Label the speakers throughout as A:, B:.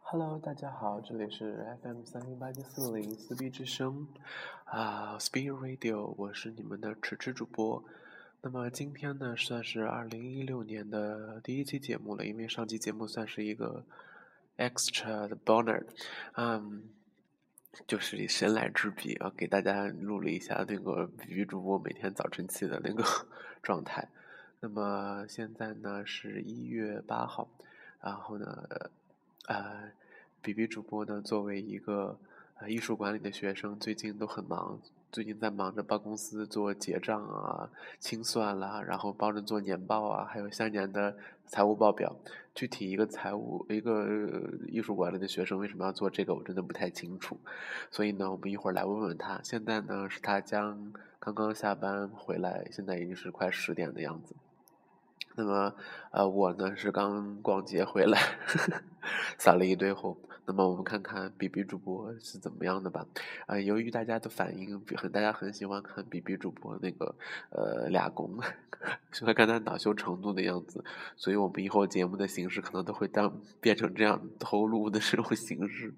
A: Hello，大家好，这里是 FM 三零八七四零撕逼之声啊、s p e e d Radio，我是你们的迟迟主播。那么今天呢，算是二零一六年的第一期节目了，因为上期节目算是一个 extra 的 bonus，嗯，就是神来之笔啊，给大家录了一下那个比比主播每天早晨起的那个 状态。那么现在呢是一月八号，然后呢，呃，比比主播呢，作为一个呃艺术管理的学生，最近都很忙，最近在忙着帮公司做结账啊、清算啦、然后帮着做年报啊，还有下年的财务报表。具体一个财务一个、呃艺术管理的学生为什么要做这个，我真的不太清楚。所以呢，我们一会儿来问问他。现在呢，是他将刚刚下班回来，现在已经是快十点的样子。那么，呃，我呢是刚逛街回来， 撒了一堆货。那么我们看看 B B 主播是怎么样的吧。啊、由于大家的反应很，大家很喜欢看 B B 主播那个呃俩公， 喜欢看他恼羞成怒的样子，所以我们以后节目的形式可能都会当变成这样投入的这种形式。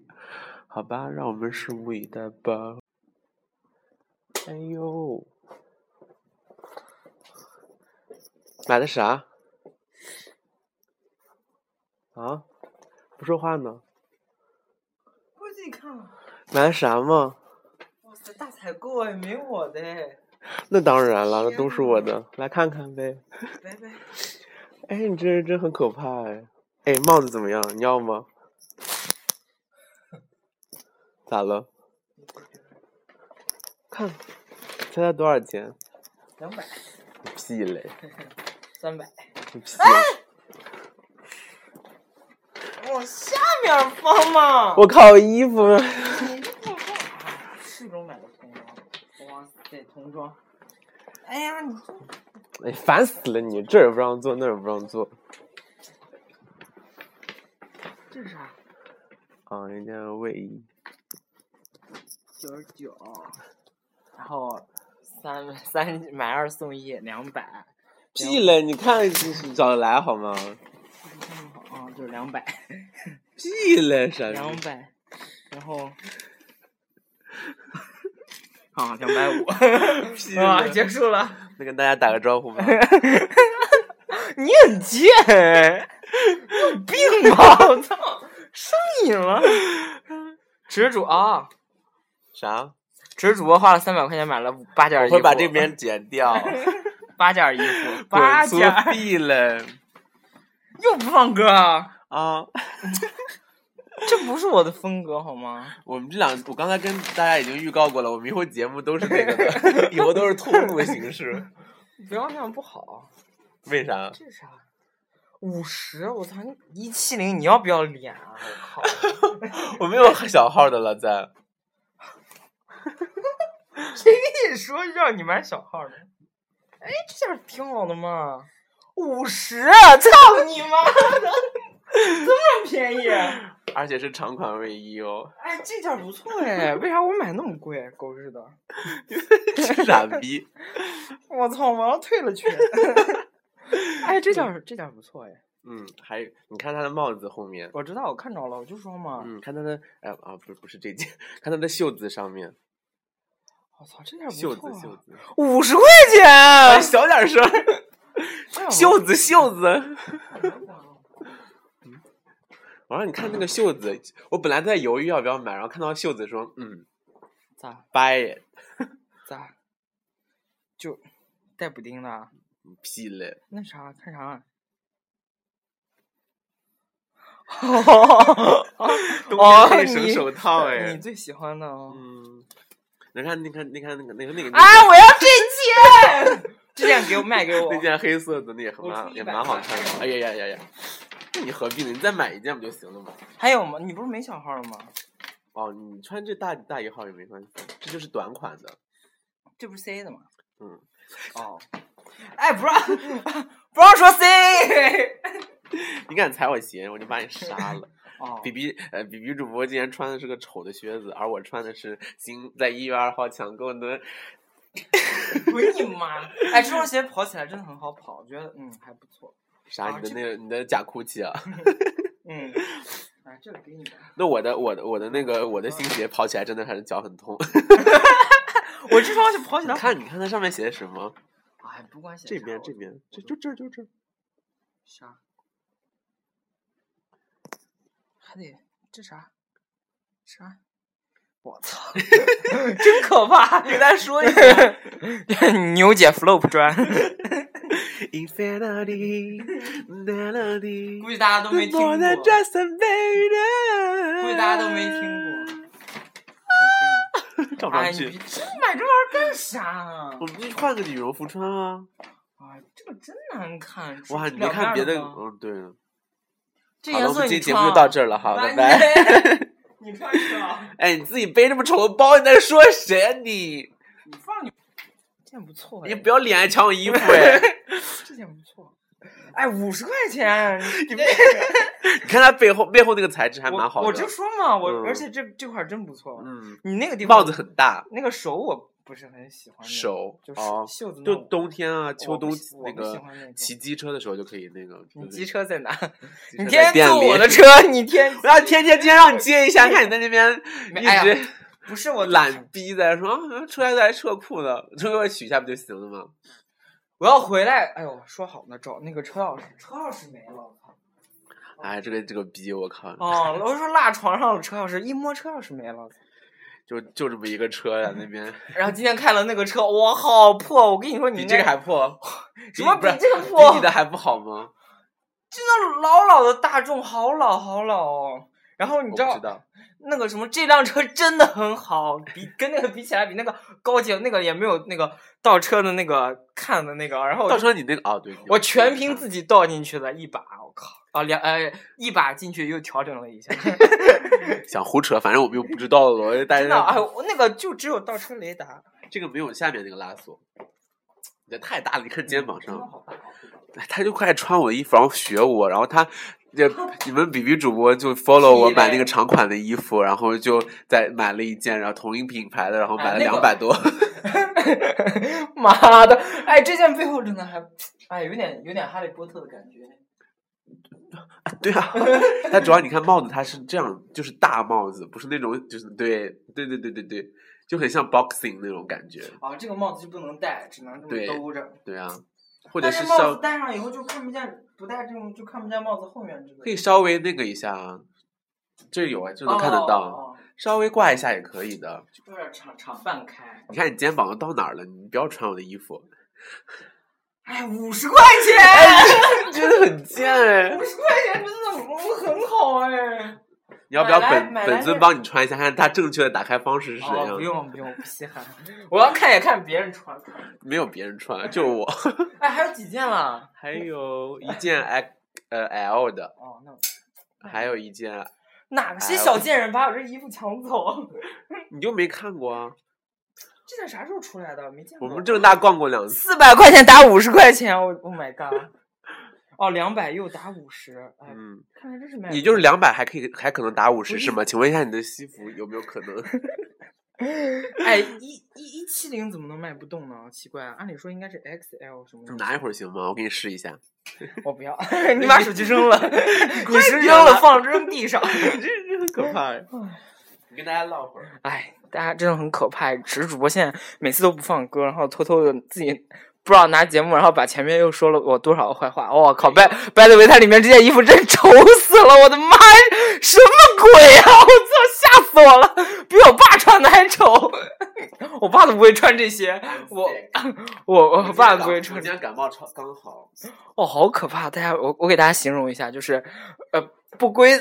A: 好吧，让我们拭目以待吧。哎呦，买的啥？啊，不说话呢？
B: 不自己看了。
A: 买的啥嘛？
B: 哇塞，大采购哎，没我的哎。
A: 那当然了，那
B: 天
A: 都是我
B: 呐
A: 的，来看看呗。
B: 拜拜。
A: 哎，你这人真很可怕哎！哎，帽子怎么样？你要吗？咋了？看，猜猜多少钱？
B: 两百、
A: 你屁嘞！
B: 三百，
A: 你屁！
B: 往下面放嘛。
A: 我靠，衣服呢？
B: 你这不放啊？四中买的童装，哇塞，童装。哎呀，你这
A: 哎，烦死了你！这儿也不让坐，那儿也不让坐。
B: 这是啥？
A: 啊，人家卫衣。
B: 九十九，然后三三买二送一，两百。
A: 屁嘞！你看找来好吗？
B: 啊，就是两百，
A: 屁嘞，傻逼！
B: 两百，然后。啊，两百五，
A: 屁
B: 啊，
A: 嘞！
B: 结束了。
A: 那跟大家打个招呼 吧。
B: 你很贱，有病 吧！我操，上瘾了。直主啊，
A: 啥？
B: 直主播花了三百块钱买了八件
A: 我
B: 衣服，
A: 会把这边剪 掉。
B: 八件衣服，
A: 滚
B: 八
A: 粗
B: 件
A: 屁嘞！
B: 又不放歌，
A: 啊，
B: 这不是我的风格好吗？
A: 我们这两，我刚才跟大家已经预告过了，我们以后节目都是那个 的，以后都是透露形式。
B: 不要那样不好。
A: 为啥？
B: 这是啥？五十，我操！一七零，你要不要脸啊？我靠！
A: 我没有小号的了，在
B: 谁跟你 说让你买小号的？哎，这件挺好的嘛，五十，啊操你妈的， 这么便宜！哎，
A: 而且是长款卫衣哦，
B: 这件不错哎，为啥我买那么贵？啊狗日的！
A: 傻逼！
B: 我操，我要退了去。 哎，这件这件不错哎，
A: 嗯，还有你看他的帽子后面，
B: 我知道，我看着了，我就说嘛，
A: 嗯，看他的，哎啊，不是不是这件，看他的袖子上面，
B: 我操，这件
A: 袖
B: 不
A: 子
B: 错、
A: 袖
B: 啊，
A: 子，
B: 五十块
A: 哎，
B: 钱，啊
A: 小点声，
B: 哎
A: 袖子袖子。
B: 我别管了
A: 我让你看那个袖子，我本来在犹豫要不要买，然后看到袖子说，嗯
B: 咋
A: ，buy it，
B: 咋就带补丁的啊？
A: 屁嘞！
B: 那啥，看啥、啊？
A: 冬
B: 哦
A: 天配绳
B: 你
A: 手套哎、
B: 你最喜欢的哦。
A: 嗯，你看，你看，你看那个那个那个
B: 啊！我要这件， 这件给我卖给我
A: 那。件黑色的那也很
B: 我
A: 蛮
B: 出
A: 也
B: 100
A: 蛮好
B: 块
A: 看的。哎呀呀呀呀！那你何必呢？你再买一件不就行了吗？
B: 还有吗？你不是没小号了吗？
A: 哦，你穿这大大一号也没关系，这就是短款的。
B: 这不是 C 的吗？
A: 嗯。
B: 哦。 哎，不让不让说 C。
A: 你敢踩我鞋，我就把你杀 了。
B: 哦
A: 比比呃，比比主播竟然穿的是个丑的靴子，而我穿的是新在一月二号抢购
B: 哦
A: 的。
B: 滚你妈！哎，这双鞋跑起来真的很好跑，我觉得嗯还不错。
A: 啥？
B: 啊
A: 你的
B: 这
A: 那个你的假哭泣啊？
B: 嗯。哎，这个给你吧。
A: 那我的我的我的那个我的新鞋跑起来真的还是脚很 痛。
B: 我这双鞋跑起
A: 你
B: 来，
A: 看你看它上面写的什么？
B: 哎，不关系。
A: 这边这边这就这就这。
B: 啥？还得这啥？啥？我操！真可怕！给大家说一下， 牛姐 flop 砖，
A: Infinity melody，
B: 估计大家都没听过，估
A: just a baby，
B: 计大家都没听
A: 过。
B: 过。
A: 照不
B: 哎，
A: 上
B: 你
A: 去，
B: 这买这玩意儿干啥啊？
A: 我们就换个羽绒服穿啊！
B: 啊，这个真难看！
A: 哇，你没
B: 两面
A: 看
B: 儿
A: 别的？
B: 吗
A: 嗯，对了。
B: 这
A: 好了，
B: 颜
A: 我
B: 色
A: 们
B: 你
A: 这期节
B: 穿
A: 目
B: 啊
A: 就到这儿了，好，拜拜。
B: 拜。 你看去 了，
A: 哎，你自己背这么丑的包，你在说谁啊你？
B: 你放你，这件不错哎，
A: 你不要脸还抢我衣服哎！
B: 这件不错。哎，五十块钱，你别
A: 你看它背后背后那个材质还蛮好的，
B: 我。我就说嘛，我、
A: 嗯
B: 而且这这块儿真不错。
A: 嗯，
B: 你那个地方
A: 帽子很大，
B: 那个手我不是很喜欢哦那个，
A: 手
B: 就是
A: 哦，
B: 袖子那
A: 就
B: 种
A: 冬天啊，秋
B: 我不
A: 冬
B: 喜
A: 那
B: 我不喜
A: 个
B: 欢那种
A: 骑机车的时候就可以那个。
B: 你
A: 就是
B: 机车在哪？
A: 机
B: 你
A: 车
B: 天
A: 在
B: 天
A: 店
B: 坐
A: 里
B: 我的车，你天
A: 不要天天今天让你接一下，看你在那边
B: 没
A: 一
B: 哎呀
A: 直
B: 不是我
A: 懒，逼在说啊，出来再车库的，就给我取一下不就行了吗？
B: 我要回来。哎呦，说好呢，找那个车钥匙，车钥匙没了，我 操！
A: 哎，这个这个逼，我靠，
B: 哦，我说落床上了，车钥匙一摸车钥匙没了。
A: 就就这么一个车呀，那边
B: 然后今天看了那个车，哇，好破！我跟你说， 你
A: 比
B: 应
A: 这个
B: 该
A: 还破，
B: 什么
A: 比不
B: 比
A: 是
B: 这个破？
A: 比你的还不好吗？
B: 真的老老的大众，好老好老哦。然后你
A: 我
B: 知道
A: 不知道，
B: 那个什么，这辆车真的很好，比跟那个比起来，比那个高级，那个也没有那个倒车的那个看的那个。然后
A: 到时候你那个啊，对，
B: 我全
A: 己。
B: 凭自己倒进去了一把，我靠！啊，两呃一把进去又调整了一下，
A: 想胡扯，反正我们又不知道了。大
B: 真的，哎，
A: 家
B: 我那个就只有倒车雷达，
A: 这个没有下面那个拉锁，你这太大了，你看肩膀
B: 真的
A: 上，
B: 好大。
A: 哎他就快穿我的衣服，然后学我，然后他。这你们 B B 主播就 follow 我
B: 屁嘞
A: 买那个长款的衣服，然后就再买了一件，然后同一品牌的，然后买了
B: 哎那个
A: 两百多。
B: 妈的，哎，这件背后真的还，哎，有点有点哈利波特的感觉。
A: 对啊，但主要你看帽子，它是这样，就是大帽子，不是那种就是对对对对对对，就很像 boxing 那种感觉。
B: 啊，这个帽子就不能戴，只能这
A: 对
B: 么兜着。
A: 对啊，或者
B: 但
A: 是
B: 帽
A: 稍
B: 子戴上以后就看不见，不戴这种就看不见帽子后面这个。
A: 可以稍微那个一下，啊，这有啊，这能看得到。
B: 哦哦哦
A: 稍微挂一下也可以的。
B: 就有点敞敞半开。
A: 你看你肩膀都到哪儿了？你不要穿我的衣服，
B: 哎，五十块钱，
A: 真的很贱哎！
B: 五十块钱真的很好哎。
A: 你要不要
B: 买来
A: 本
B: 买来
A: 本尊
B: 这
A: 帮你穿一下，看它正确的打开方式是啊怎样
B: 哦，不
A: 的？
B: 用不用，不稀罕。 我要看也看别人穿。
A: 没有别人穿，就我。
B: 哎，还有几件了？
A: 还有 一件 X 呃 L 的，
B: 哦，那
A: 还有一件
B: 哪些
A: 哎
B: 小贱人把我这衣服抢走？
A: 你就没看过啊？
B: 这件啥时候出来的？没见
A: 我
B: 过。
A: 们正大逛过两次，
B: 四百块钱打五十块钱，我 Oh my god！哦，两百又打五十，哎，
A: 嗯，
B: 看来真是卖不
A: 你
B: 动。
A: 就是两百还可以还可能打五十
B: 我
A: 是吗？请问一下你的西服有没有可能？
B: 哎，一一一七零怎么能卖不动呢？奇怪、啊，按理说应该是 XL 什么
A: 你
B: 的。
A: 拿一会儿行吗？我给你试一 下。
B: 我不要，你把手机扔 了，滚石扔了，放扔地上。
A: 这这很可怕。你跟大家唠会儿。
B: 哎，大家真的很可怕。只是主播现在每次都不放歌，然后偷偷的自己不知道拿节目，然后把前面又说了我多少个坏话。我、靠，by by the way，它里面这件衣服真丑死了！我的妈，什么鬼啊！我操，吓死我了，比我爸穿的还丑。 我爸都不会穿这些，我 我我爸不会
A: 我
B: 穿
A: 今。天感冒超刚 好。
B: 哦，好可怕！大家，我我给大家形容一下，就是，呃，不归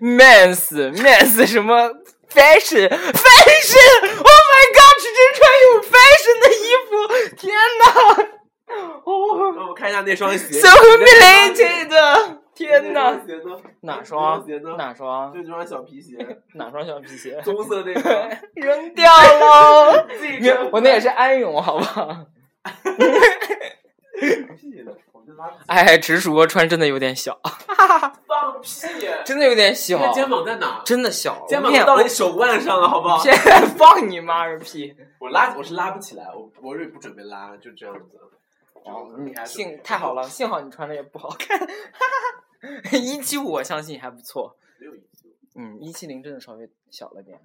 B: mens mens 什么 fashion fashion，Oh my god，是真穿有 fashion 的衣服，天哪！哦
A: 那我看一下那双鞋。
B: ，so humiliated，天哪！
A: 那双鞋呢？那鞋
B: 哪双
A: 呢？？
B: 哪双？
A: 就这双小皮鞋，
B: 哪双小皮鞋？
A: 棕色那个。
B: 扔掉喽！
A: 自己
B: 你
A: 扔
B: 我那也是安永，好不好？
A: 屁了，我就拉不
B: 哎，直主播穿真的有点小，
A: 放屁！
B: 真的有点小
A: 这，个肩膀在哪？
B: 真的小，
A: 肩膀
B: 我面
A: 到
B: 我
A: 你手腕上了，好不好？
B: 现在放你妈个屁！
A: 我拉我是拉不起来，我我也不准备拉，就这样子。
B: 哦，
A: 你还
B: 幸太好了， 幸好你穿的也不好看，一七五我相信还不错。
A: 没有一次
B: 嗯，一七零真的稍微小了点。哦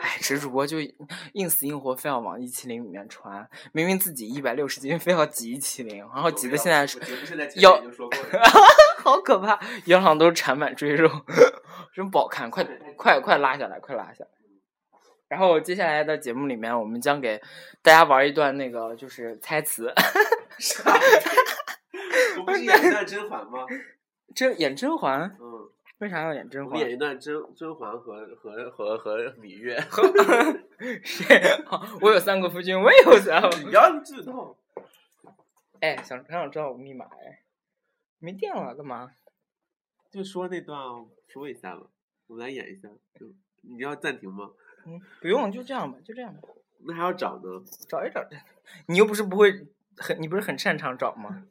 B: 哎，直主播就硬死硬活，非要往一七零里面穿，明明自己一百六十斤，非要挤一七零，然后挤的现在是腰， 好可怕，腰上都是缠满赘肉，真不好看，快快快拉下来，快拉下来。然后接下来的节目里面，我们将给大家玩一段那个就是猜词，
A: 我不是演一段甄嬛吗？
B: 甄演甄嬛，
A: 嗯，
B: 为啥要演甄
A: 我
B: 嬛啊
A: 们？演一段甄甄嬛和和和和芈 月，
B: 谁？ 我有三个夫君，我也有三个。
A: 你 要知道，
B: 哎，想想知道我密码哎，没电了，干嘛？
A: 就说那段哦说一下吧，我们来演一下。就你要暂停吗？
B: 嗯，不用，就这样吧，就这样吧，
A: 那还要找呢？
B: 找一找。你又不是不会，很你不是很擅长找 吗？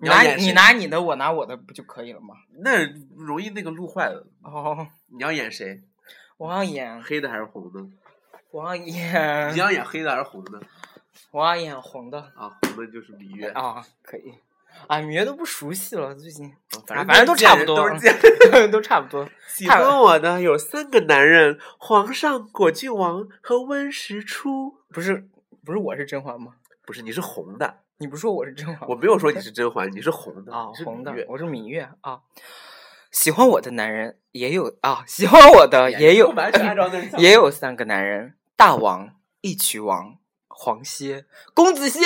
B: 你
A: 要
B: 拿
A: 演
B: 你
A: 谁
B: 拿你的，我拿我的，不就可以了吗？
A: 那容易那个录坏了。
B: 哦，
A: 你要演谁？
B: 我要演，
A: 黑的还是红的？
B: 我要
A: 你
B: 演，
A: 要演黑的还是红的？
B: 我要演红的
A: 啊，红的就是芈月。
B: 啊、可以。啊，芈月都不熟悉了，最近
A: 反
B: 反正都
A: 是贱
B: 差不
A: 人
B: 多嗯
A: 都是贱人
B: 都差不多。
A: 喜
B: 太
A: 欢我的有三个男人：皇上、果郡王和温实初。
B: 不是不是，我是甄嬛吗？
A: 不是，你是红的，
B: 你不是说我是甄嬛吗？
A: 我没有说你是甄嬛，你是红的
B: 啊、
A: 你是
B: 红的
A: 芈月，
B: 我是芈月啊。喜欢我的男人也有啊，喜欢我的也有，
A: 完全按照 那个
B: 也有三个男人：大王、义渠王、黄歇、公子歇。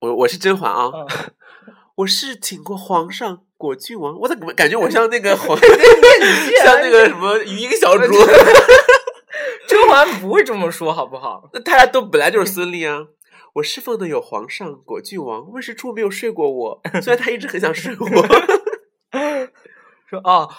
A: 我我是甄嬛啊，
B: 嗯
A: 我是请过皇上、果郡王，我怎么感觉我像那 个皇， 像那个什么余英小主？
B: 甄嬛不会这么说，好不好？
A: 那 他俩都本来就是孙俪啊。我侍奉的有皇上、果郡王，温实初没有睡过我， 虽然他一直很想睡我。
B: 说哦，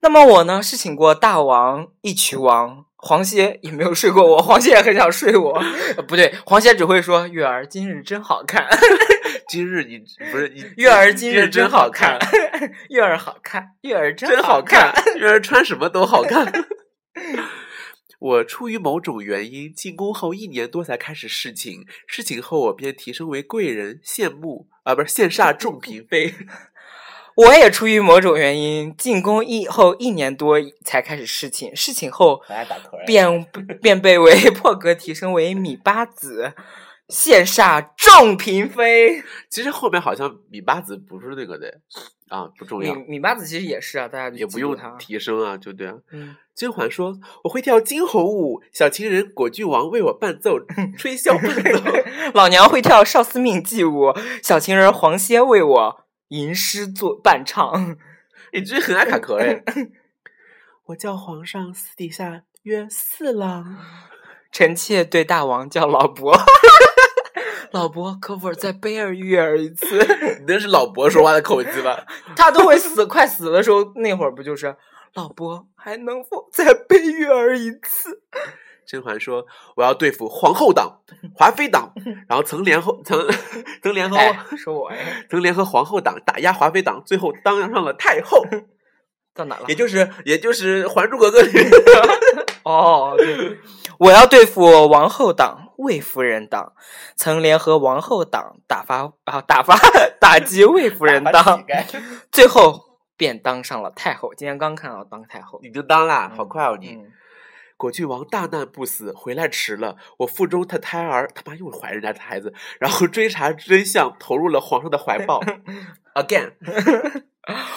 B: 那么我呢是请过大王、义渠王、黄歇，也没有睡过我，黄歇也很想睡我， 呃不对，黄歇只会说月儿今日真好看，
A: 今日你不是 你
B: 月儿今
A: 日
B: 日真好
A: 好
B: 看，月儿好看，月儿
A: 真
B: 好
A: 好 看，然而穿什么都好看。 我出于某种原因进宫后一年多才开始侍寝，侍寝后我便提升为贵人、羡慕啊，不是羡煞众嫔妃。
B: 我也出于某种原因，进宫一后一年多才开始侍寝，侍寝后
A: 大家打壳
B: 便便被为 破格提升为米八子，羡煞众嫔妃。
A: 其实后面好像米八子不是那个的啊，不重
B: 米
A: 要，
B: 米八子其实也是啊，大家就
A: 也不
B: 记住
A: 用
B: 他。
A: 提升啊，就对啊。
B: 嗯，
A: 甄嬛说：“我会跳惊鸿舞，小情人果郡王为我伴 奏，吹箫伴奏。
B: 老娘会跳少司命祭舞，小情人黄歇为我吟诗作伴唱。
A: 你真很爱卡壳 哎！我叫皇上私底下约四郎。
B: 臣妾对大王叫老伯， 老伯可否再悲而悦尔一次？
A: 你那是老伯说话的口气吧？
B: 他都会死，快死的时候，那会儿不就是老伯还能否再被月儿一次？
A: 甄嬛说：“我要对付皇后党、华妃 党，然后曾联后曾 曾联合
B: 哎，说我哎，
A: 曾联合皇后党打压华妃党，最后当上了太后，
B: 到哪了
A: 也？就是也就是《还珠格格》 里
B: 哦，对，我要对付王后党、魏夫人党，曾联合王后党打发啊打发 打击魏夫人党，最后便当上了太后。今天刚看到当太后，
A: 你就当啦，好快哦你！
B: 嗯，
A: 果郡王大难不死，回来迟了。我腹中他胎儿，他妈又怀人家的孩子，然后追查真相，投入了皇上的怀 抱。Again，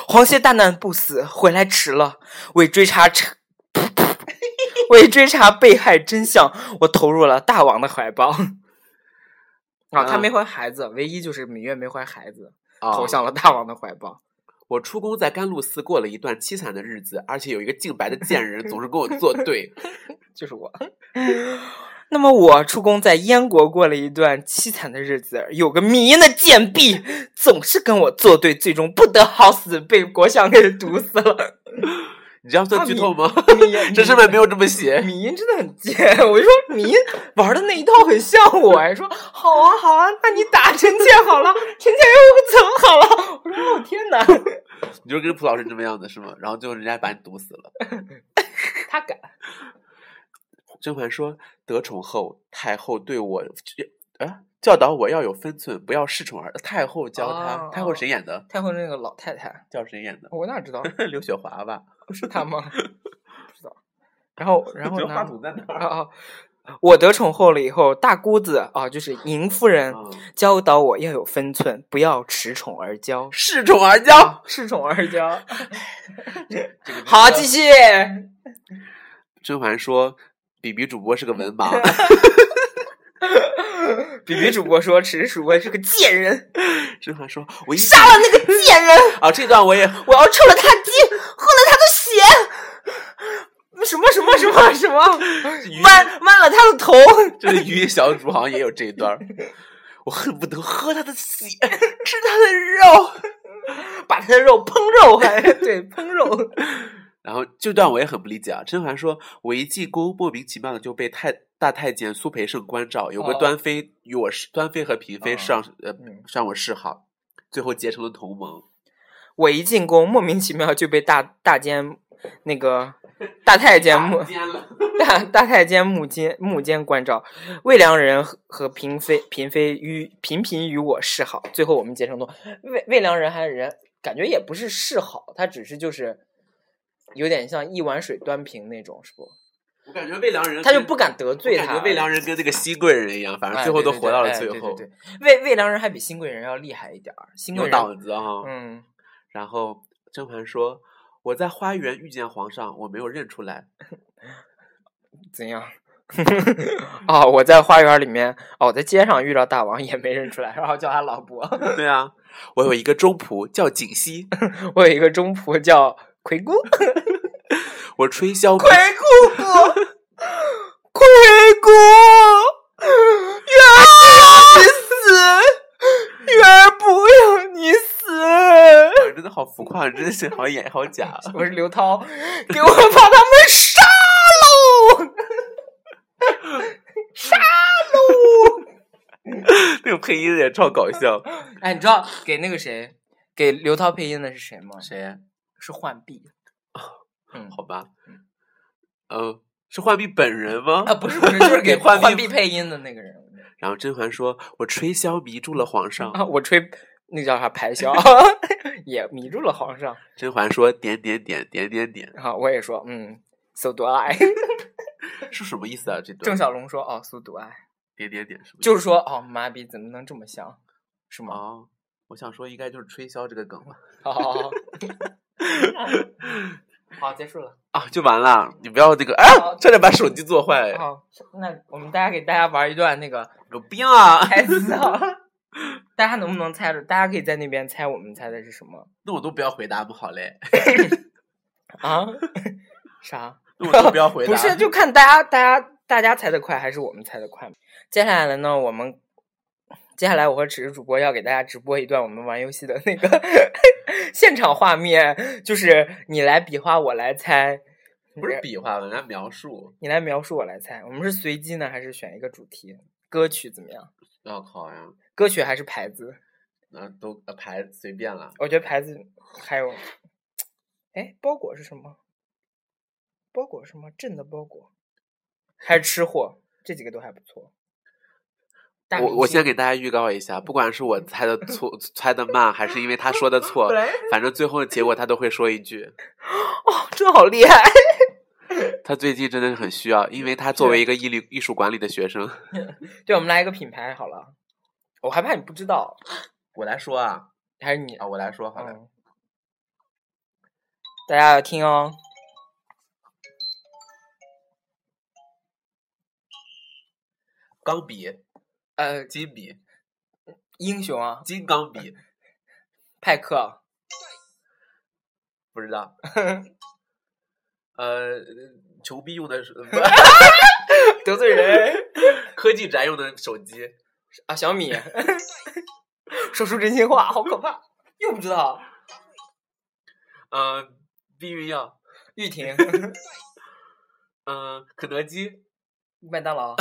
B: 黄歇大难不死，回来迟了，为追查 查为追查被害真相，我投入了大王的怀 抱。嗯啊，他
A: 嗯
B: 没怀孩子，唯一就是芈月没怀孩子，
A: 啊
B: 投向了大王的怀抱。
A: 我出宫在甘露寺过了一段凄惨的日子，而且有一个净白的贱人总是跟我作 对。
B: 就是我。那么我出宫在燕国过了一段凄惨的日子，有个迷人的贱婢总是跟我作对，最终不得好死，被国相给毒死 了。啊
A: 你这样算剧透吗？
B: 迷 人
A: 这上面没有这么写。
B: 迷音真的很贱，我就说迷音玩的那一套很像我，还说好啊好啊，那你打臣妾好了，臣妾又怎么好了？我说哦天哪，
A: 你就是跟蒲老师这么样子是吗？然后最后人家把你毒死了。
B: 他敢
A: 甄嬛说，得宠后，太后对我哎，教导我要有分寸，不要恃宠而太后教他，
B: 哦
A: 太后谁演的？
B: 太后那个老太太，
A: 叫谁演的？
B: 我哪知道
A: 刘雪华吧？
B: 是她吗？ 不知道。然后，然后
A: 觉得话
B: 呢？
A: 筒在那儿。
B: 啊啊！我得宠后了以后，大姑子啊，就是宁夫人
A: 嗯
B: 教导我要有分寸，不要恃宠而骄。
A: 恃宠而骄，
B: 恃宠而骄。
A: 这个
B: 好，
A: 真的
B: 继续。
A: 甄嬛说：“比比主播是个文 盲。
B: 比比主播说：“此时主播是个贱人，”
A: 甄嬛说：“我一
B: 杀了那个贱人，
A: 啊，这段我 也
B: 我要抽了他的，喝了他的血，什么什么什么什么，弯弯了他的头。
A: 这个鱼小主好像也有这一段儿。 我恨不得喝他的血，吃他的肉。
B: 把他的肉烹肉 还，对烹肉，
A: 然后这段我也很不理解啊。甄嬛说：“我一进宫，莫名其妙的就被太大太监苏培盛关照，有个
B: 哦
A: 端妃与我示端妃和嫔妃
B: 哦
A: 上、呃
B: 嗯
A: 上我示好，最后结成了同 盟。
B: 我一进宫，莫名其妙就被大大监那个大太监 母
A: 奸了，
B: 大大太监母监母监关照，魏良人和和嫔妃嫔妃与频频与我示好，最后我们结成同魏魏良人还是人，感觉也不是示好，他只是就是有点像一碗水端平那种，是不？
A: 我感觉魏良人
B: 他就
A: 跟
B: 不敢得
A: 我
B: 罪
A: 嗯
B: 他。
A: 感觉魏良人跟那个熹贵人一样，反正
B: 哎
A: 最后
B: 对
A: 都
B: 对
A: 活
B: 对
A: 到了
B: 哎
A: 最后，
B: 对对对魏魏良人还比新贵人要厉害一点儿，新贵
A: 有
B: 人
A: 脑子哈、
B: 嗯，
A: 然后甄嬛说：“我在花园遇见皇上，我没有认出来。
B: 怎样？ 哦，我在花园里面，哦，我在街上遇到大王也没认出来，然后叫他老伯。”
A: 对啊，我有一个中仆叫槿汐，
B: 我有一个中仆叫奎 姑，
A: 我吹 箫不
B: 奎姑姑，奎姑，媛儿不想你死，媛儿不想你死。
A: 真的好浮夸，啊真的是好演好假。啊
B: 我是刘涛，给我把他们杀喽！
A: 那个配音也超搞笑。
B: 哎，你知道给那个谁，给刘涛配音的是 谁吗？
A: 谁？
B: 是浣碧。嗯，
A: 好吧，嗯，是浣碧本人吗？
B: 啊，不是不是，就是 给
A: 浣碧
B: 浣碧配音的那个人
A: 然后甄嬛说：“我吹箫迷住了皇上。
B: 啊，我吹那叫啥排箫， 也迷住了皇上。”
A: 甄嬛说：“点点点点点点
B: 啊，我也说，嗯，so do I。
A: 是什么意思啊？这 段
B: 郑晓龙说，哦，so do I，
A: 点点点什么意思？
B: 就是说，哦，妈逼，怎么能这么像，是吗？
A: 哦，我想说应该就是吹箫这个梗吧。
B: 好好 好，好，结束了。
A: 啊，就完了！你不要那个，啊，
B: 好
A: 差点把手机做坏，
B: 好，那我们大家给大家玩一段那 个
A: 有病啊！
B: 台词啊，大家能不能猜着？大家可以在那边猜我们猜的是什么
A: 那我都不要回答不好嘞，
B: 啊？ 啥？
A: 那我都不要回答。
B: 不是，就看大家大家大家猜的快还是我们猜的快嘛。接下来的呢，我们接下来我和只是主播要给大家直播一段我们玩游戏的那个 现场画面，就是你来比划，我来猜，
A: 不是比划，人家描述。
B: 你来描述，我来猜。我们是随机呢，还是选一个主题？歌曲怎么样？
A: 要考呀，
B: 歌曲还是牌子？
A: 那都呃排随便了。
B: 我觉得牌子还有，哎，包裹是什么？包裹是什么？朕的包裹，还是吃货？这几个都还不错。大
A: 我
B: 明
A: 我
B: 星
A: 先给大家预告一下，不管是我猜的 错、猜的慢，还是因为他说的错，
B: 来
A: 反正最后的结果他都会说一句。
B: 哦，这好厉害！
A: 他最近真的是很需要，因为他作为一个艺律艺术管理的学生，
B: 对，我们来一个品牌好了。我还怕你不知道，
A: 我来说啊
B: 还是你？
A: 啊，我来说好了。
B: 嗯，大家要听哦。
A: 钢笔、
B: 呃，
A: 金笔、
B: 英雄啊，
A: 金钢笔，
B: 派克，啊
A: 不知道。呃，穷逼用的是
B: 得罪人
A: 科技宅用的手机，
B: 啊，小米， 说出真心话，好可怕！又不知道，
A: 嗯、避孕药，
B: 玉 婷，
A: 嗯、肯德基，
B: 麦当劳，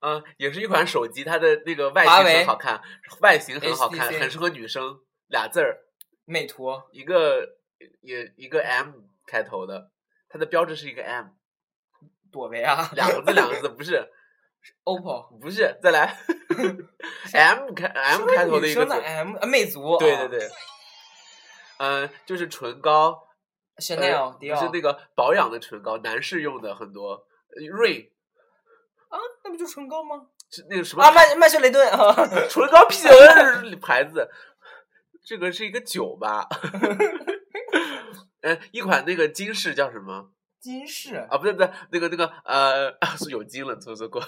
A: 嗯、也是一款手机，它的那个外
B: 华
A: 形
B: 为
A: 很好看，外形很好看，
B: HTC
A: 很适合女生，俩字儿，
B: 美图，
A: 一个也一个 M 开 头的，它的标志是一个 M，
B: 朵唯啊，
A: 两个字两个字，不是
B: OPPO
A: 不是，再 来，M 开 M 开头的一个
B: 女生的
A: 字，
B: M 呃魅族，
A: 对对对，嗯、就是唇膏，
B: ，Chanel 迪
A: 就
B: 奥
A: 呃是那个保养的唇膏，男士用的很多呃，Rain
B: 啊，那不就唇膏吗？
A: 是那个什么
B: 啊，麦麦秀雷敦啊，
A: 唇膏 P 的牌子，这个是一个酒吧。 嗯，一款那个金饰叫什么
B: 金饰
A: 啊？不对不对，那个那个呃，啊是有金了，错错过。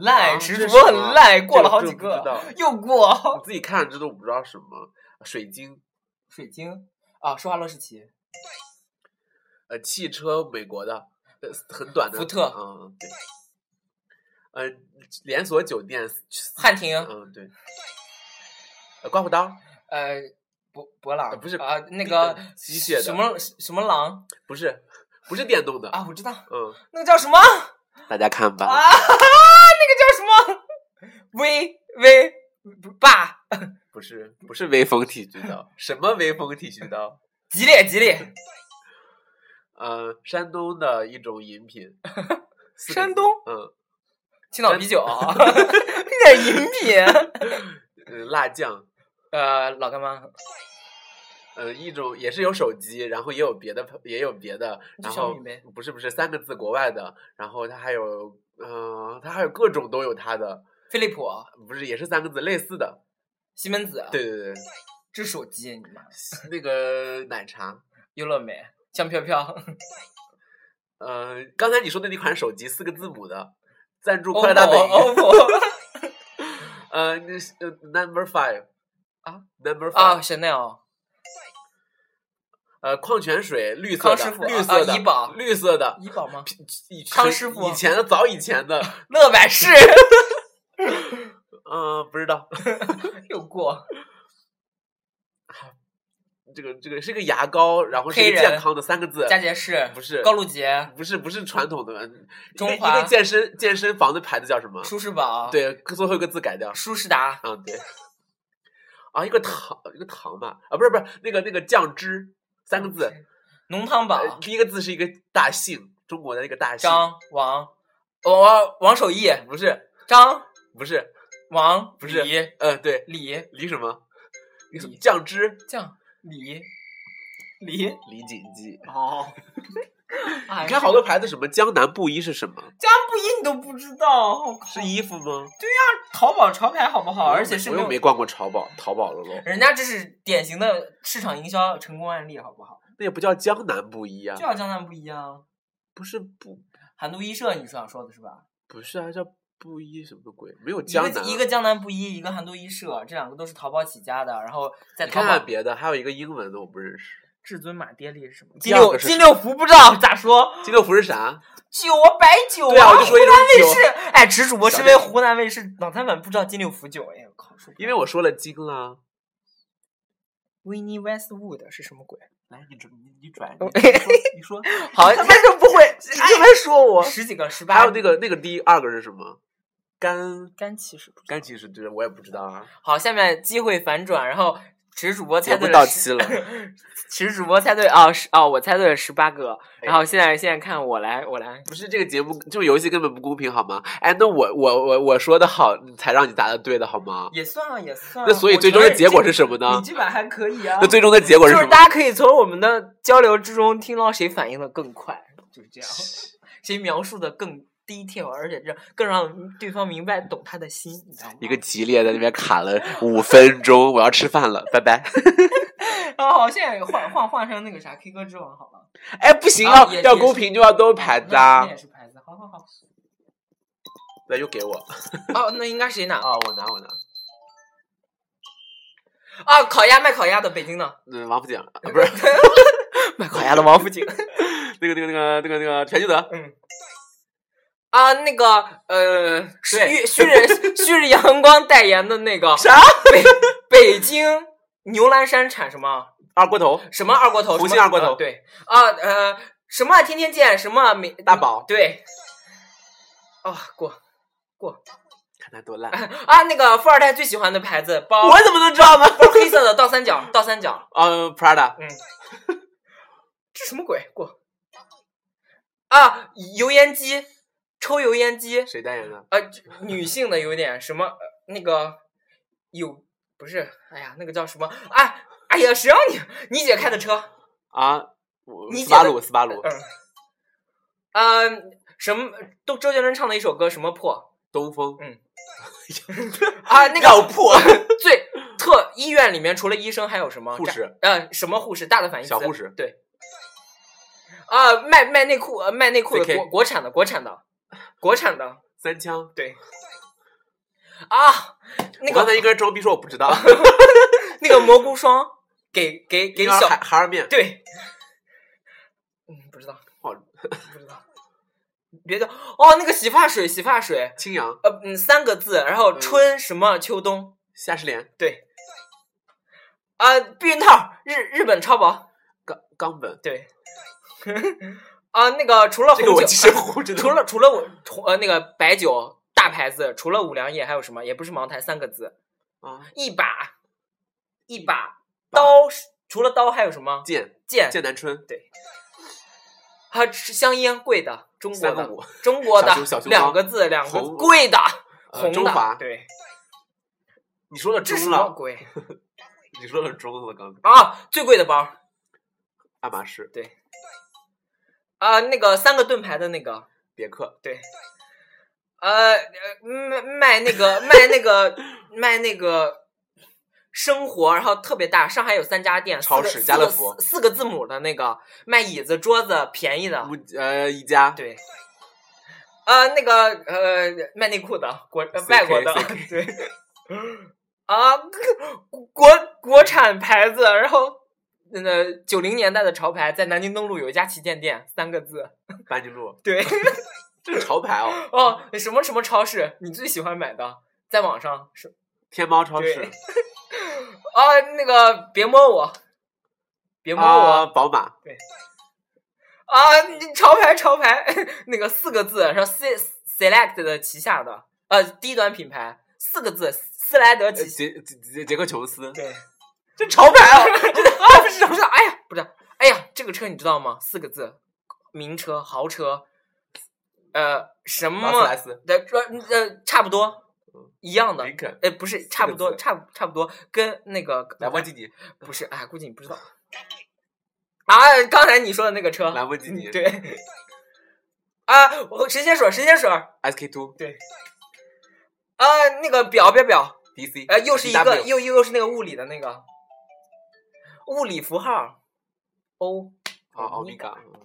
B: 烂，
A: 啊
B: 直
A: 这
B: 播
A: 是
B: 哎很
A: 什么
B: 烂，过
A: 这
B: 了
A: 个
B: 好
A: 这
B: 几
A: 个不知
B: 个
A: 道，
B: 又过
A: 我自己看了这都不知道什么水晶，
B: 水晶啊，施华洛世奇，
A: 呃，汽车美国的，呃，很短的。
B: 福特
A: 嗯，对。呃，连锁酒店，
B: 汉庭，
A: 嗯，对。呃，刮胡刀
B: 呃，博博
A: 呃
B: 朗
A: 不是
B: 啊，那个
A: 机械的
B: 什么什么狼
A: 不是，不是电动的。
B: 啊，我知道，
A: 嗯，
B: 那个叫什么啊？
A: 大家看吧。
B: 那个叫什么？ 威威爸，
A: 不是不
B: 嗯
A: 是微风剃须 刀，什么微风剃须刀？
B: 吉列吉列，
A: 呃，山东的一种饮 品，四个字
B: 山东，
A: 嗯
B: 青岛啤 酒，那点饮品，
A: 嗯，辣酱，
B: 呃，老干妈，
A: 呃，一种也是有手机，然后也有别的，也有别的，
B: 就
A: 然
B: 小
A: 后
B: 米呗
A: 不是不是三个字国外的，然后它还有，嗯、它还有各种都有它的，
B: 飞利浦，
A: 不是也是三个字类似的，
B: 西门子，
A: 对对对，
B: 这手机你妈，
A: 那个奶茶。
B: 优乐美，香飘飘，
A: 呃，刚才你说的那款手机四个字母的，赞助
B: OPPO
A: 快乐大本
B: 哦
A: 营。
B: OPPO
A: 呃，那是呃，Number Five
B: 啊
A: ，Number
B: 啊
A: Five，
B: ，Chanel，
A: 呃，矿泉水绿色的
B: 康师，傅
A: 绿
B: 啊
A: 色
B: 啊
A: 的
B: 怡宝，
A: 绿色的，
B: 怡宝吗？
A: 以
B: 康
A: 前
B: 师傅
A: 以前的早以前的，
B: 乐百氏
A: 嗯，不知道，
B: 又过，
A: 这个这个是个牙膏，然后是
B: 黑
A: 一个健
B: 人
A: 康的三个字，
B: 佳洁士
A: 不是
B: 高露洁，
A: 不是不是传统的，一
B: 中
A: 个一
B: 华
A: 个健身健身房的牌子叫什么？
B: 舒适宝，，
A: 对，最后一个字改掉，
B: 舒适达，
A: 嗯，对，啊，一个糖一个糖吧，啊，不是不是那个那个酱汁三个字，
B: 浓汤宝，
A: 呃第一个字是一个大姓，中国的一个大姓，
B: 张王王王王守义，
A: 不是
B: 张
A: 不是，
B: 王
A: 不是
B: 李
A: 呃，对，
B: 李
A: 离什么？离
B: 离
A: 酱汁
B: 酱李李哎
A: 李锦记。
B: 哦，
A: 你
B: 你
A: 看好多牌子，什么江南布衣是什么？
B: 江布衣你都不知道，我靠
A: 是衣服吗？
B: 淘宝潮牌好不好？
A: 我
B: 而
A: 又
B: 且
A: 没
B: 是
A: 我
B: 没
A: 又
B: 有
A: 没逛过淘宝，淘宝了喽。
B: 人家这是典型的市场营销成功案例，好不好？
A: 那也不叫江南布衣啊
B: 就，要江南不一样，
A: 不是布，
B: 韩都衣舍，你是想说的是吧？
A: 不是啊，叫布衣什么鬼？没有
B: 一
A: 江
B: 个
A: 南。
B: 一个江南布衣，一个韩都衣舍，这两个都是淘宝起家的，然后在
A: 你
B: 淘
A: 看看
B: 宝
A: 别的，还有一个英文的我不认识。
B: 至尊马爹利是什么？
A: 第
B: 金
A: 二
B: 六
A: 个是
B: 金六福不知道咋说，
A: 金六福是啥？
B: 九百九
A: 对啊，我就说一种
B: 卫视
A: 酒，，
B: 哎，直主播身为
A: 小
B: 湖南卫视脑残粉，不知道金六福酒，哎我靠，
A: 因为我说了金啦。
B: 维尼 Westwood 是什么鬼？
A: 来，你转，你你转，
B: 哦
A: 你哎说。
B: 好，他就不会， 你就别说我十几个十八，
A: 还有那个那个第二个是什么？干
B: 干骑士不知道。
A: 干其实对，我也不知道啊，
B: 好，下面机会反转，然后池主播猜
A: 节
B: 对
A: 目
B: 了
A: 到
B: 十
A: 期了。
B: 池主播猜对啊，十哦，我猜对了十八个，
A: 哎
B: 然后现在现在看我来，我来，
A: 不是这个节目，这个游戏根本不公平，好吗？哎，那我我我我说的好，才让你答的对的，好吗？
B: 也算啊，也算
A: 那所以最终的结果是什么呢？
B: 这把还可以啊
A: 那最终的结果是
B: 就
A: 什
B: 是
A: 么？
B: 大家可以从我们的交流之中听到谁反应的更快，就是这样，谁描述的更 detail，而且这样更让对方明白懂他的心，你知道吗？
A: 一 个激烈在那边卡了五分钟，我要吃饭了，拜拜。
B: 哦，好，现在换换换成那个啥 K 歌之王好了，
A: 哎，不行，
B: 啊
A: 要
B: 也
A: 要
B: 也
A: 公
B: 是
A: 平就要都牌子
B: 那
A: 啊
B: 那也！是牌子，好好好。
A: 来，又给我
B: 哦，那应该谁拿？
A: 啊！我拿我拿，
B: 啊，烤鸭卖烤鸭的，北京的
A: 嗯，王府井啊不 是
B: 卖烤鸭的王府井。
A: 那个那个那个那个那个全聚德，
B: 嗯。啊，那个呃，
A: 对
B: 旭旭日旭日阳光代言的那个
A: 啥
B: 北北京牛栏山产什么
A: 二锅头，
B: 什么二锅头？
A: 福
B: 什么
A: 星二锅头
B: 呃对啊呃什么天天见什么美
A: 大宝
B: 对啊过
A: 看他多烂！
B: 啊那个富二代最喜欢的牌子包
A: 我怎么能知道呢？
B: 包黑色的倒三角倒三角
A: 嗯，Prada，
B: 嗯，这什么鬼？过啊，油烟机抽油烟机，
C: 谁代言的？
B: 呃，就女性的有点什么呃那个有不是？哎呀，那个叫什么？哎哎呀，谁让你你姐开的车？
C: 啊，我
B: 你
C: 斯巴
B: 姐的
C: 鲁，斯巴鲁，
B: 嗯，嗯，什么都周杰伦唱的一首歌，什么破
C: 东风
B: 啊？那
C: 要
B: 个
C: 破，
B: 最特医院里面除了医生还有什么
C: 护？士
B: 站呃，什么护士？大的反义词。
C: 小护士
B: 对。啊，卖卖内裤，呃，卖内裤的
C: CK
B: 国国产的，国产的，国产的，
C: 三枪。
B: 对。啊，那
C: 我刚才
B: 个
C: 应该是装逼说我不知 道，
B: 那个蘑菇霜，给给给
C: 应该是
B: 小
C: 海海尔面，
B: 对，嗯，不知道，
C: 哦，
B: 不知道，别的哦，那个洗发水，洗发水，
C: 青阳
B: 呃，嗯，三个字，然后
C: 嗯
B: 春什么秋冬，
C: 夏士莲
B: 对，啊，避孕套，日日本超薄，
C: 冈冈 本，
B: 对，啊，那个除了
C: 这
B: 红
C: 个我
B: 酒，呃
C: 其实胡知道。
B: 除了除了我除呃那个白酒大牌子，除了五粮液还有什么？也不是茅台，三个字，
C: 啊，
B: 一把一把刀是，除了刀还有什么？
C: 剑
B: 剑
C: 剑南春，
B: 啊，吃香烟贵的，中国
C: 三个
B: 的，
C: 五，
B: 中国的
C: 小熊小熊
B: 两
C: 猫
B: 个字，两个字
C: 红
B: 贵的，
C: 呃
B: 红
C: 中
B: 的，
C: 华
B: 对，
C: 你说了
B: 这什
C: 中
B: 么
C: 了，
B: 贵
C: 你说了中了，刚才
B: 啊？最贵的包
C: 爱马仕、
B: 啊，那个三个盾牌的那个，
C: 别克、
B: 对，呃，呃卖卖那个卖那个卖那个生活，然后特别大，上海有三家店，四
C: 超
B: 个
C: 市
B: 四
C: 家
B: 个
C: 乐福
B: 四四个字母的那个卖椅子桌子便宜的，
C: 木呃宜家、
B: 啊对。呃，那个呃，卖内裤的国呃
C: CK
B: 外国的对，啊，国国产牌子，然后呃九零年代的潮牌，在南京东路有一家旗舰店，三个字，
C: 班尼路，
B: 对，
C: 这是潮牌哦，
B: 哦，什么什么超市你最喜欢买的？在网上是
C: 天猫超
B: 对
C: 市
B: 啊，那个别摸我，别摸我
C: 啊，
B: 啊
C: 宝马、
B: 你潮牌潮牌，那个四个字，然后 C Select 的旗下的呃低端品牌，四个字，斯莱德
C: 呃
B: 旗下。
C: 杰杰杰杰克琼斯，
B: 对，
C: 这潮牌哦，
B: 啊不知道不知道，哎呀不知道，哎呀这个车你知道吗？四个字，名车豪车，呃什
C: 劳斯
B: 么
C: 莱斯、
B: 的呃呃差不多一样的
C: 林，肯、
B: 哎不是差不多
C: 字
B: 差不差不多跟那个
C: 兰博基尼、
B: 不是，哎，估计你不知道。啊，刚才你说的那个车，
C: 兰博基尼、
B: 嗯对。 啊，我神仙水，神仙水，啊，
C: SK two、
B: 那个表表表，
C: DC，
B: 呃，又是一个
C: DW
B: 又又又是那个物理的那个物理符号，O
C: 啊，欧米伽，嗯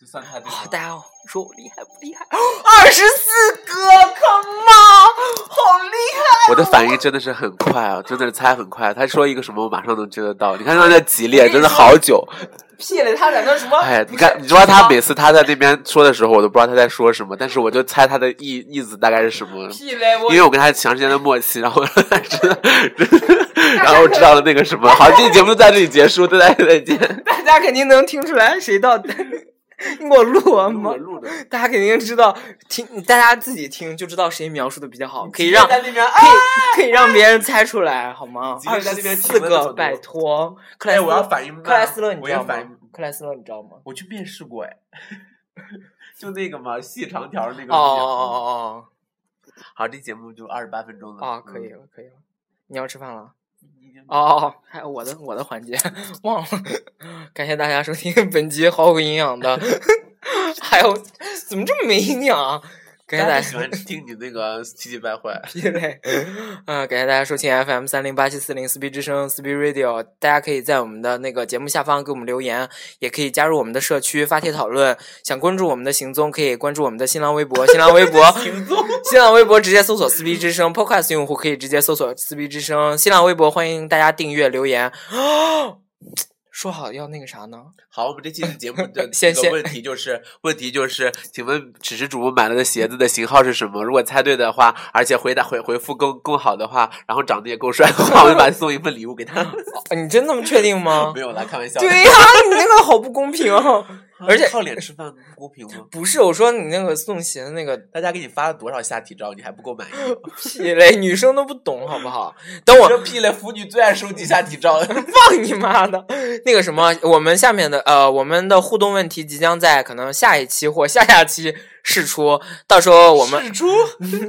C: 就算太对
B: 好，
C: 了。
B: 大家说我厉害不厉害？ 二十四个，come on，好厉害！
A: 我的反应真的是很快啊，真的是猜很快。他说一个什么，我马上能知得到。你看他那激烈，真的好久。
B: 屁嘞，他在那什
C: 啊
B: 么？
A: 哎，
B: 不
A: 你
B: 是
A: 看，你知道他
B: 什
A: 每次他在那边说的时候，我都不知道他在说什么，但是我就猜他的意意思大概是什么
B: 么。屁嘞，我
A: 因为我跟他长时间的默契，然后 知道，然后知道了那个什么。好，这期节目就在这里结束，大家再见。
B: 大家肯定能听出来谁 到底。你给我录完
C: 录
B: 吗
C: 着？嗯录着，
B: 大家肯定知道，听大家自己听就知道谁描述的比较好，可以
C: 你
B: 让可
C: 在那边，哎，
B: 以 可以让别 人猜出来，好吗
C: 你？今
B: 二
C: 天在
B: 十
C: 那边
B: 四
C: 评论了
B: 个，
C: 很多
B: 拜托，克莱
C: 哎
B: 斯
C: 我要反应慢
B: 克莱斯勒，你
C: 我
B: 知
C: 也
B: 道吗
C: 反应？
B: 克莱斯勒，你知道吗？
C: 我去面试过哎， 就那个嘛，细长条儿那个。
B: 哦哦哦
C: 好，这节目就二十八分钟
B: 哦
C: 了。
B: 哦，可以
C: 嗯。
B: 了，可以了。你要吃饭了？
C: 已经
B: 哦哦，哦，还有我的我的环节 忘了，感谢大家收听本集毫无营养的， 还有怎么这么没营养啊？感谢大
A: 大家
B: 家
A: 喜。欢听你那 个气急败坏。
B: 因为，嗯，感谢大家收听 FM 三零八七四零撕逼之声撕逼 Radio，大家可以在我们的那个节目下方给我们留言，也可以加入我们的社区发帖讨论。想关注我们的行踪，可以关注我们的新浪微博，新浪微博
C: 行踪。
B: 新浪微博直接搜索“撕逼之声 ”，Podcast 用户可以直接搜索“撕逼之声”。新浪微博欢迎大家订阅留言。说好要那个啥呢？
A: 好，我们这期的节目的
B: 先
A: 一个
B: 先
A: 问题就是，问题就是，请问此时主播买了的鞋子的型号是什么？如果猜对的话，而且回答回回复更更好的话，然后长得也够帅的话，我们把他送一份礼物给 他。
B: 哦你真那么确 定吗
A: 没？有啦，开玩笑的。
B: 啊对呀、你那个好不公平啊！
A: 啊，
B: 而且
A: 靠脸吃饭不公平吗？
B: 不是，我说你那个送鞋的那个
A: 大家给你发了多少下体照，你还不够满意？
B: 屁嘞，女生都不懂好不好？等我
A: 这屁嘞，腐女最爱收集下体照了。
B: 放你妈的！那个什么，我们下面的呃，我们的互动问题即将在可能下一期或下下期试出，到时候我们
A: 是猪，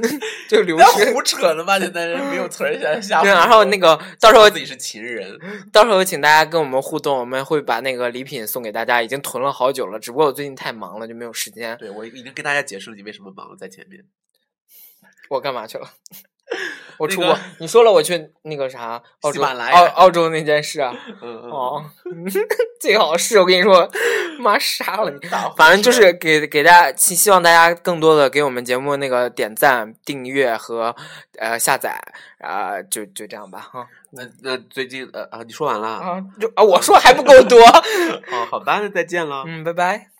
B: 就流
A: 不要
B: 失。
A: 胡扯了吧？这男人没有词儿 现在吓唬我。
B: 对，啊然后那个到时候
A: 自己是秦人，
B: 到时候请大家跟我们互动，我们会把那个礼品送给大家，已经囤了好久了，只不过我最近太忙了就没有时间。
A: 对我已经跟大家解释了你为什么忙了，在前面。
B: 我干嘛去了？ 我
A: 那
B: 出
A: 个
B: 国，你说了我去那个啥澳
A: 喜
B: 洲
A: 马拉
B: 澳
A: 雅
B: 澳洲那件事啊？
A: 嗯嗯，
B: 哦， 最好是我跟你说，妈杀了你！
A: 大伙
B: 反正就是给给大家希希望大家更多的给我们节目那个点赞、订阅和呃下载啊、就就这样吧哈
A: 那那最
B: 嗯
A: 近呃啊，你说完了？
B: 啊就啊我说还不够多，
A: 哦，好吧，那再见了。
B: 嗯，拜拜。